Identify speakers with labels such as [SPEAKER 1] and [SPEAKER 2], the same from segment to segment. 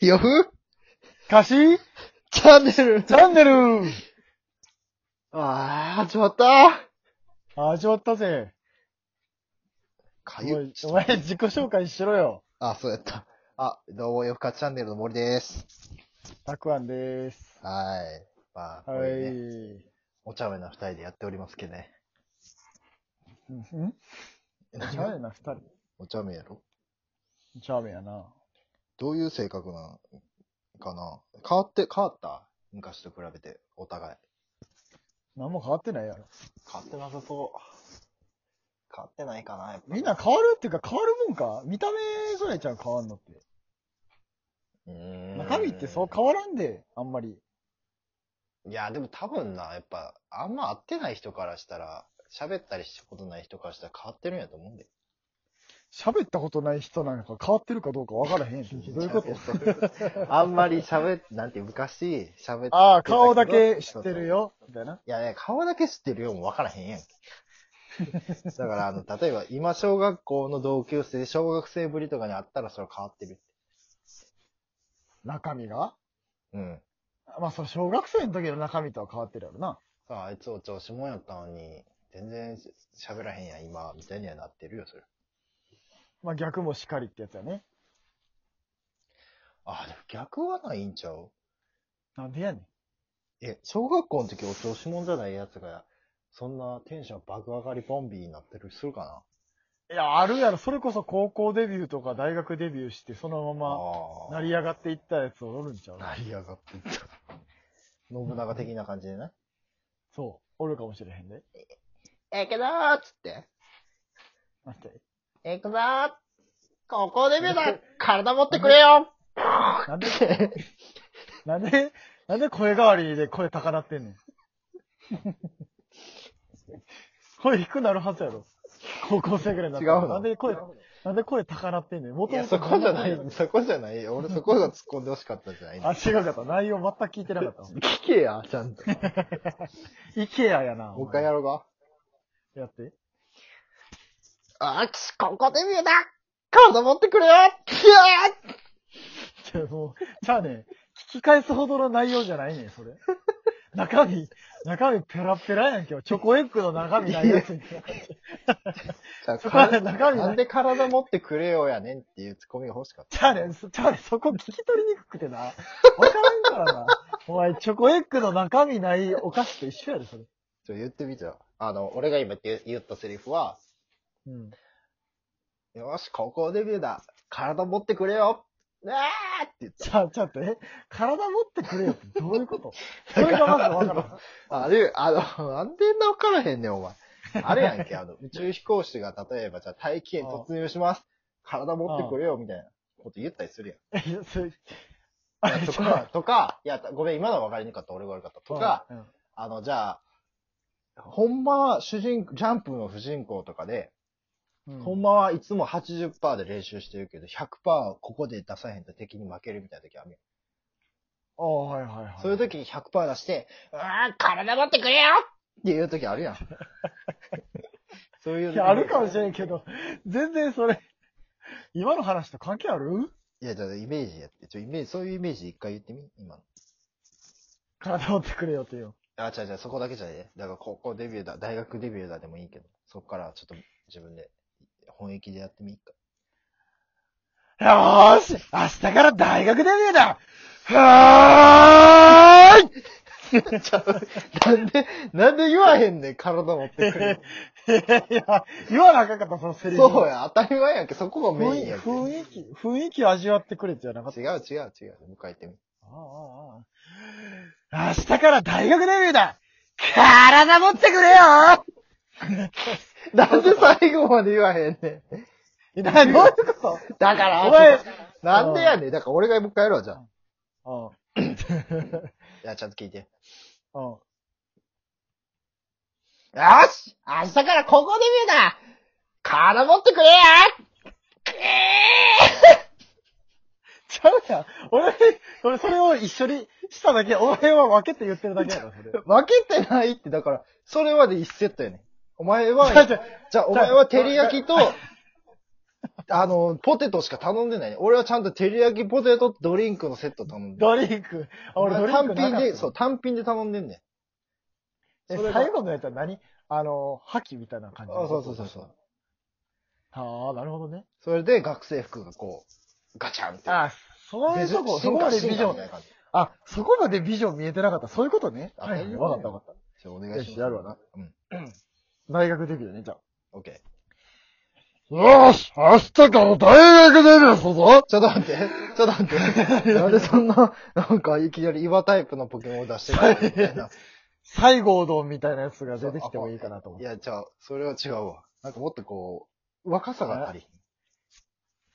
[SPEAKER 1] よふ
[SPEAKER 2] 歌詞
[SPEAKER 1] チャンネル
[SPEAKER 2] チャンネル
[SPEAKER 1] ああ、始まった
[SPEAKER 2] 始まったぜ。
[SPEAKER 1] か
[SPEAKER 2] お
[SPEAKER 1] ゆ
[SPEAKER 2] い
[SPEAKER 1] い。
[SPEAKER 2] お前自己紹介しろよ。
[SPEAKER 1] あ、そうやった。あ、どうも、よふかチャンネルの森です。
[SPEAKER 2] たくあんでーす。
[SPEAKER 1] はーい。まあ、こ
[SPEAKER 2] は
[SPEAKER 1] れ
[SPEAKER 2] い。
[SPEAKER 1] ね、お茶目な二人でやっておりますけどね。
[SPEAKER 2] うんんおしゃれな二人。
[SPEAKER 1] お茶目やろ
[SPEAKER 2] おしゃれやな。
[SPEAKER 1] どういう性格なんかな変わって、変わった昔と比べて、お互い。
[SPEAKER 2] 何も変わってないやろ。
[SPEAKER 1] 変わってなさそう。変わってないかな、やっぱ
[SPEAKER 2] みんな変わるっていうか変わるもんか見た目それちゃう変わんのって。
[SPEAKER 1] うーん
[SPEAKER 2] 中身ってそう変わらんで、あんまり。
[SPEAKER 1] いや、でも多分な、やっぱ、あんま会ってない人からしたら、喋ったりしたことない人からしたら変わってるんやと思うんで。
[SPEAKER 2] 喋ったことない人なんか変わってるかどうかわからへ ん。どういうこと
[SPEAKER 1] そういうことあんまり喋っ、なんて昔喋って。
[SPEAKER 2] ああ、顔だけ知ってるよ。みたいな。
[SPEAKER 1] いやね、顔だけ知ってるよも分からへんやんけ。 だから、あの、例えば、今小学校の同級生、小学生ぶりとかに会ったらそれ変わってる。
[SPEAKER 2] 中身が
[SPEAKER 1] うん。
[SPEAKER 2] まあ、それ小学生の時の中身とは変わってるやろな。
[SPEAKER 1] さあ、あいつお調子者やったのに、全然喋らへんやん、今、みたいにはなってるよ、それ。
[SPEAKER 2] まあ、逆もしかりってやつやね。
[SPEAKER 1] ああ、でも逆はないんちゃう
[SPEAKER 2] なんでやねん。
[SPEAKER 1] え、小学校の時お調子者じゃないやつが、そんなテンション爆上がりボンビーになってるするか
[SPEAKER 2] いや、あるやろ。それこそ高校デビューとか大学デビューして、そ
[SPEAKER 1] な
[SPEAKER 2] のまま成り上がっていったやつおるんちゃう
[SPEAKER 1] 成り上がっていった。信長的な感じでね。
[SPEAKER 2] そう。おるかもしれへんで。
[SPEAKER 1] ええけどーっつって。
[SPEAKER 2] 待って。
[SPEAKER 1] ええくぞー高校デビューだ体持ってくれよ
[SPEAKER 2] なんで、なんで、なんで声変わりで声高なってんねん。声低くなるはずやろ。高校生ぐらいになったら
[SPEAKER 1] 違うの
[SPEAKER 2] なんで声、なんで声高なってんねん。も
[SPEAKER 1] いや、そこじゃない、そこじゃない。俺そこが突っ込んでほしかったじゃない。
[SPEAKER 2] あ、違うかった。内容全く聞いてなかったわ。
[SPEAKER 1] 聞けや、ちゃんと。
[SPEAKER 2] イケアや な。
[SPEAKER 1] もう一回やろうか。
[SPEAKER 2] やって。
[SPEAKER 1] あー、くし、高校デビューだ体持ってくれよキャー
[SPEAKER 2] じゃあもう、じゃあね、聞き返すほどの内容じゃないねん、それ。 中身、中身ペラペラやんけよ。チョコエッグの中身ないや つみたいな感じ。
[SPEAKER 1] じゃあ
[SPEAKER 2] そこはね中身
[SPEAKER 1] な
[SPEAKER 2] なんい。
[SPEAKER 1] で体持ってくれよやねんっていうツッコミが欲しかった。
[SPEAKER 2] じゃあね、そじゃあね、そこ聞き取りにくくてな。わからんからな。お前、チョコエッグの中身ないお菓子と一緒やで、それ。
[SPEAKER 1] ちょ、言ってみじゃあ。あの、俺が今言言ったセリフは、
[SPEAKER 2] うん。
[SPEAKER 1] よし、高校デビューだ体持ってくれようわーって言っ
[SPEAKER 2] じゃあ、ちょっと、え、体持ってくれよってどうい うことそれがまずわからん。
[SPEAKER 1] た。あれ、あの、 なんでんなわからへんねん、お前。あれやんけ、 あの、宇宙飛行士が例えば、じゃあ大気圏突入します。体持ってくれよ、みたいなこと言ったりする
[SPEAKER 2] え、 いやそれ、
[SPEAKER 1] やん。とか、とか、いや、ごめん、今のは分かりにくかった、俺が悪かった。とか、
[SPEAKER 2] うん、うん
[SPEAKER 1] あの、じゃあ、ほんまは主人、ジャンプの主人公とかで、
[SPEAKER 2] うん
[SPEAKER 1] ほんまはいつも80%で練習してるけど、100%ここで出さへんと敵に負けるみたいな時あるやん
[SPEAKER 2] ああ、はいはいはい。
[SPEAKER 1] そういう時に100%出して、うわー体持ってくれよっていう時あるやん。 そういう
[SPEAKER 2] いや、あるか
[SPEAKER 1] も。
[SPEAKER 2] もしれんけど、全然それ、今の話と関係ある
[SPEAKER 1] いや、じゃあイメージやって。ちょ、イメージ、そういうイメージ一回言ってみ今の。
[SPEAKER 2] 体持ってくれよってよ。
[SPEAKER 1] あ、違う違う、そこだけじゃねえ。だから高校デビューだ、大学デビューだでもいいけど、そこからちょっと自分で、本意気でやってみ っか。
[SPEAKER 2] よーし明日から大学デビューだはーい
[SPEAKER 1] ちゃうなんで、なんで言わへんねん、体持ってくれよ。
[SPEAKER 2] いや、言わなあかんかった、そのセリフ。
[SPEAKER 1] そうや、当たり前やんけ、そこがメイン
[SPEAKER 2] 雰
[SPEAKER 1] や
[SPEAKER 2] 囲
[SPEAKER 1] んけ。
[SPEAKER 2] 雰囲気、雰囲気味わってくれってじゃなかった。
[SPEAKER 1] 違う違う違う。もう一回言ってみ。
[SPEAKER 2] ああああ明日から大学デビューだ体持ってくれよ
[SPEAKER 1] なんで最後まで言わへんねん。
[SPEAKER 2] いや、どういうこ
[SPEAKER 1] だから
[SPEAKER 2] お前
[SPEAKER 1] なんでやねん。だから俺がもう一回やろう、じゃあ。
[SPEAKER 2] と
[SPEAKER 1] いや、ちゃんと聞いて。よ
[SPEAKER 2] うん。うん。
[SPEAKER 1] し明日からここデビューだ体持ってくれや
[SPEAKER 2] ちゃうやん。俺、俺それを一緒にしただけ、お前は分けて言ってるだけやろ、それ。
[SPEAKER 1] 負けてないって、だから、それまで一セットやねん。お前は、
[SPEAKER 2] ちゃうちゃう
[SPEAKER 1] じゃあお前は照り焼きと、 あの、ポテトしか頼んでないね。俺はちゃんと照り焼きポテトとドリンクのセット頼んでる。
[SPEAKER 2] ドリンク。あ、俺ドリンクなか
[SPEAKER 1] 単
[SPEAKER 2] った
[SPEAKER 1] 品で、そう、単品で頼んでんねん。
[SPEAKER 2] え
[SPEAKER 1] それが
[SPEAKER 2] 最後のやつは何あの、覇気みたいな感じの
[SPEAKER 1] あそうそうそうそう。
[SPEAKER 2] ああ、なるほどね。
[SPEAKER 1] それで学生服がこう、ガチャンって。
[SPEAKER 2] ああ、そういうとこ、そこまでビジョン。
[SPEAKER 1] ン。
[SPEAKER 2] あ、そこまでビジョン見えてなかった。そういうことね。
[SPEAKER 1] あ
[SPEAKER 2] はいはい、わかったわかっ
[SPEAKER 1] じゃあお願いします。
[SPEAKER 2] よしやるわな。
[SPEAKER 1] うん。
[SPEAKER 2] た。大学デビューね、じゃあ。
[SPEAKER 1] オッケー。
[SPEAKER 2] よし明日から大学デビューするぞ
[SPEAKER 1] ちょっと待って。 ちょっと待って。 なんでそんな、なんかいきなり岩タイプのポケモンを出してくるみた いな。
[SPEAKER 2] 西郷丼みたいなやつが出てきてもいいかなと思っ
[SPEAKER 1] い
[SPEAKER 2] て。
[SPEAKER 1] や、じゃあ、それは違うわ。なんかもっとこう、若さが足りひん。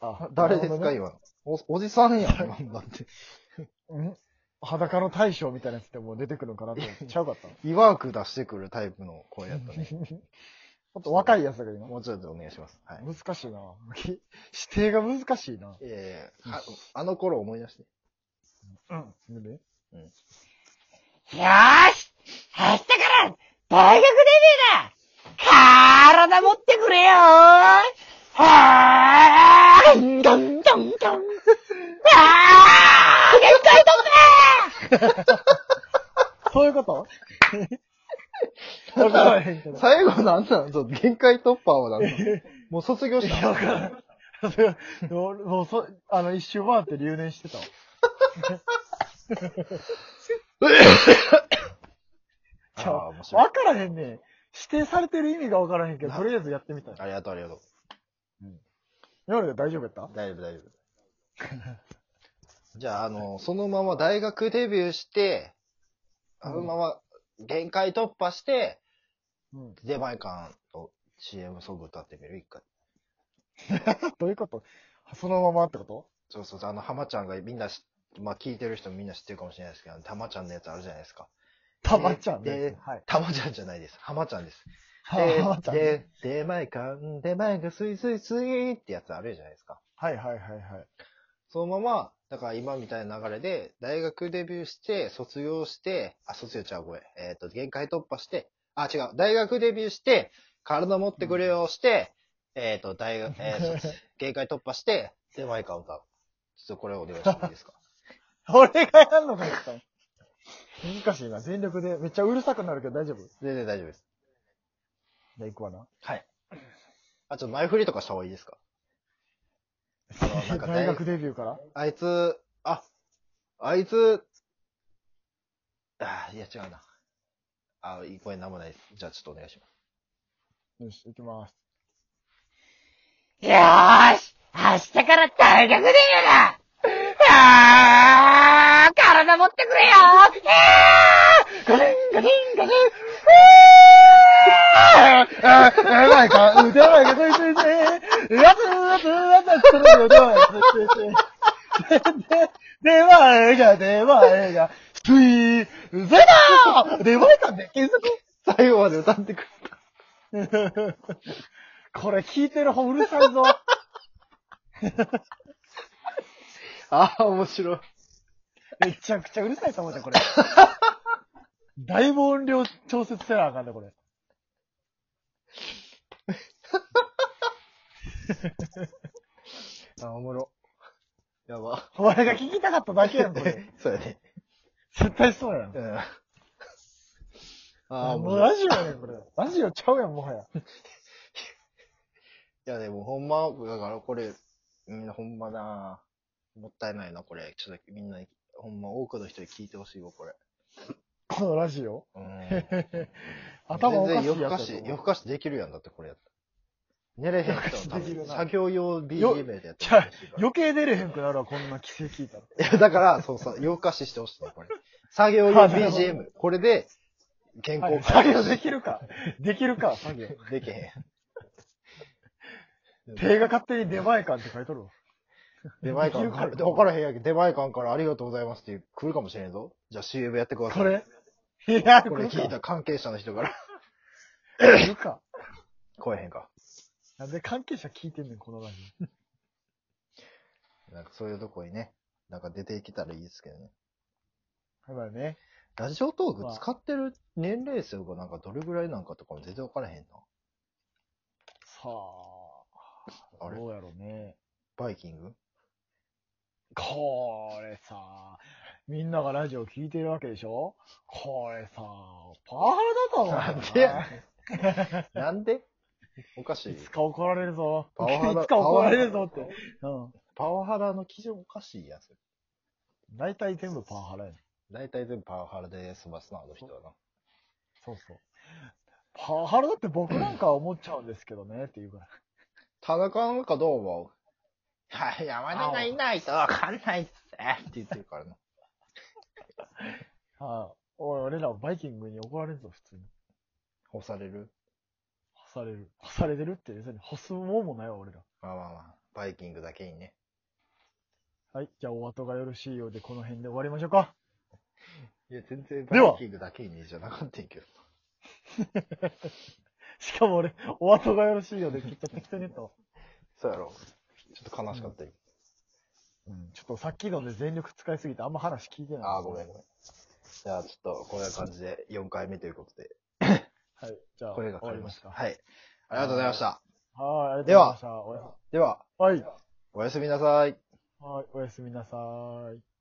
[SPEAKER 2] あ
[SPEAKER 1] 誰ですか、
[SPEAKER 2] なる
[SPEAKER 1] 今の。お、おじさん やん、今のだって。
[SPEAKER 2] ほどねん裸の大将みたいなやつってもう出てくるのかなと思って。ちゃうかった。
[SPEAKER 1] いわく出してくるタイプの声やった ね。
[SPEAKER 2] もっと若いやつだけど今。
[SPEAKER 1] もうちょっとお願いします。はい。
[SPEAKER 2] 難しいな。 指定が難しいな。
[SPEAKER 1] ええああの頃思い出して。
[SPEAKER 2] うん。で
[SPEAKER 3] よーし明日から大学デビューだ体持ってくれよーはーいどんどんどんあー限界突
[SPEAKER 2] そういうこと わからへんけど。
[SPEAKER 1] 最後なんなんそう限界突破は なんなんもう卒業し
[SPEAKER 2] いやわ
[SPEAKER 1] た
[SPEAKER 2] からん それもう、もうそ、あの、一周回って留年して たわ。
[SPEAKER 1] あ
[SPEAKER 2] ちゃ
[SPEAKER 1] あ、
[SPEAKER 2] う
[SPEAKER 1] 面白い
[SPEAKER 2] わ。からへんねん。指定されてる意味がわからへんけど、とりあえずやってみた。
[SPEAKER 1] ありがとう、ありがとう。
[SPEAKER 2] 今まで大丈夫やった
[SPEAKER 1] 大丈夫、大丈夫。じゃあ、あの、そのまま大学デビューして、あのまま限界突破して、
[SPEAKER 2] うん。
[SPEAKER 1] 出前館と CM ソング歌ってみる一回。
[SPEAKER 2] どういうことそのままってこと
[SPEAKER 1] そうそうそう、あの、浜ちゃんがみんなし、まあ、聞いてる人もみんな知ってるかもしれないですけど、あのたまちゃんのやつあるじゃないですか。
[SPEAKER 2] たまちゃん
[SPEAKER 1] で
[SPEAKER 2] ね。はい。
[SPEAKER 1] たまちゃんじゃないです。浜ちゃんです。
[SPEAKER 2] たまちゃんね。
[SPEAKER 1] で、で、出前館、出前がスイスイスイってやつあるじゃないですか。
[SPEAKER 2] はいはいはいはい。
[SPEAKER 1] そのまま、だから今みたいな流れで、大学デビューして、卒業して、あ、卒業ちゃう、ごめん。えっ、と、限界突破して、あ、違う、大学デビューして、体持ってくれよして、えっ、と、大学、え ー卒限界突破して、出前館歌う。ちょっとこれお願いしてもいいです か
[SPEAKER 2] 俺がやんのかよ難しいな。全力で。めっちゃうるさくなるけど大丈夫じ
[SPEAKER 1] 全然大丈夫です。
[SPEAKER 2] ゃあ行くわな。
[SPEAKER 1] はい。あ、ちょっと前振りとかした方がいい ですかあのなんか大
[SPEAKER 2] 大学デビューから
[SPEAKER 1] あいつ、あ、あいつ、あ、いや違うな。あ、いい声なんもないです。じゃあちょっとお願いします。
[SPEAKER 2] よし、行きます。
[SPEAKER 3] 破よーし明日から大学デビューだあー体持ってくれよーあーガリンガリンガリンあー
[SPEAKER 2] あ、うまいか、うまいか、こいつ、うやつ、うやつ、うやつ、つるよ、うまいか、で、で、でまいか、でまいか、すい、うぜだでまいかで検
[SPEAKER 1] 最後まで歌ってくれた。
[SPEAKER 2] 索これ聞いてる方うるさいぞ。
[SPEAKER 1] ああ、面白い。
[SPEAKER 2] めちゃくちゃうるさいと思うじ ゃん、これ。だいぶ音量調節せなあかんね、これ。
[SPEAKER 1] あおもろ。やば。
[SPEAKER 2] お前が聞きたかっただけやん、これ。
[SPEAKER 1] そうやね。
[SPEAKER 2] 絶対そうやん
[SPEAKER 1] う。ん。ああ、
[SPEAKER 2] あ
[SPEAKER 1] も
[SPEAKER 2] もう
[SPEAKER 1] う。
[SPEAKER 2] ラジオやねん、これ。ラジオちゃうやん、もはや。
[SPEAKER 1] いや、でもほんま、だからこれ、みんなほんまなもったいないな、これ。ちょっとみんな、ほんま多くの人に聞いてほしいわ、これ。
[SPEAKER 2] このラジ オ。
[SPEAKER 1] うん。
[SPEAKER 2] 頭おかしい
[SPEAKER 1] 全然夜
[SPEAKER 2] や
[SPEAKER 1] 更か
[SPEAKER 2] つ
[SPEAKER 1] し
[SPEAKER 2] や、
[SPEAKER 1] 夜更かしできるやんだって、これやったら。寝れへん人は多
[SPEAKER 2] 夜更かしできる
[SPEAKER 1] 分、
[SPEAKER 2] な
[SPEAKER 1] 作業用 BGM でやってほしいから。
[SPEAKER 2] 余計出れへんくなるわ、こんな規制聞いたら。
[SPEAKER 1] いや、だから、そうそう、夜更かししてほしいね、これ。作業用
[SPEAKER 2] あなるほど
[SPEAKER 1] BGM。これで、原
[SPEAKER 2] は
[SPEAKER 1] 稿
[SPEAKER 2] い
[SPEAKER 1] 書
[SPEAKER 2] 作
[SPEAKER 1] いて
[SPEAKER 2] 業
[SPEAKER 1] ほしい
[SPEAKER 2] できるか。できるか、作業。
[SPEAKER 1] で きへん。
[SPEAKER 2] 手が勝手に出前館って書いとるわ。
[SPEAKER 1] 出前
[SPEAKER 2] で
[SPEAKER 1] 館
[SPEAKER 2] きる
[SPEAKER 1] か
[SPEAKER 2] から
[SPEAKER 1] ら、でわからへんやけど、出前館からありがとうございますって来るかもしれんぞ。じゃあ CM やってください。
[SPEAKER 2] これいや、
[SPEAKER 1] これ聞い
[SPEAKER 2] た。
[SPEAKER 1] た関係者の人から。
[SPEAKER 2] 来るか。
[SPEAKER 1] 来えへんか。
[SPEAKER 2] なんで関係者聞いてんねん、このラジ
[SPEAKER 1] なんかそういうとこにね、なんか出ていけたらいいですけどね。
[SPEAKER 2] オ。やばいね。
[SPEAKER 1] ラジオトーク使ってる年齢層がなんかどれぐらいなんかとかも全然わからへんな。
[SPEAKER 2] さあ。
[SPEAKER 1] あれ
[SPEAKER 2] どうやろうね。
[SPEAKER 1] バイキング
[SPEAKER 2] これさ、みんながラジオ聞いてるわけでしょこれさ、パワハラだと思うよ。
[SPEAKER 1] なんでやなんで おかし
[SPEAKER 2] い
[SPEAKER 1] い。
[SPEAKER 2] つか怒られるぞ。
[SPEAKER 1] パワハラ
[SPEAKER 2] いつか怒られるぞって。うん。
[SPEAKER 1] パワハラの基準おかしいやつ。
[SPEAKER 2] 大体全部パワハラやね
[SPEAKER 1] 大体全部パワハラで済ますな、あの人はな。
[SPEAKER 2] そうそう。パワハラだって僕なんかは思っちゃうんですけどね、っていうから。
[SPEAKER 1] 田中なんかどう思うはい、山
[SPEAKER 2] 田がい
[SPEAKER 1] ないとわかんないっすね。って言ってるからな。
[SPEAKER 2] はい。おい、俺らはバイキングに怒られるぞ、普通に。
[SPEAKER 1] 干される
[SPEAKER 2] 干される。干されてるって、別に干すもんもないわ、俺ら。
[SPEAKER 1] まあまあまあ、バイキングだけにね。
[SPEAKER 2] はい。じゃあ、お後がよろしいようで、この辺で終わりましょうか。
[SPEAKER 1] いや、全然
[SPEAKER 2] では
[SPEAKER 1] バイキングだけにじゃなかったんやけど。
[SPEAKER 2] しかも俺、お後がよろしいようで、きっと適当に言ったわ。
[SPEAKER 1] そうやろ。ちょっと悲しかったよ。
[SPEAKER 2] うん。ちょっとさっきので全力使いすぎて、あんま話聞いてない。
[SPEAKER 1] ああ、ごめんごめん。じゃあ、ちょっと、こんな感じで4回目ということで、
[SPEAKER 2] はい。じゃあ、
[SPEAKER 1] 声が変
[SPEAKER 2] 終わ
[SPEAKER 1] わ
[SPEAKER 2] り
[SPEAKER 1] りま
[SPEAKER 2] ま
[SPEAKER 1] し
[SPEAKER 2] す
[SPEAKER 1] た。
[SPEAKER 2] か。
[SPEAKER 1] はい。ありがとうございました。
[SPEAKER 2] はい。あり
[SPEAKER 1] では
[SPEAKER 2] がとうございました。おや
[SPEAKER 1] では、
[SPEAKER 2] はい。
[SPEAKER 1] おやすみなさい。
[SPEAKER 2] はい。おやすみなさーい。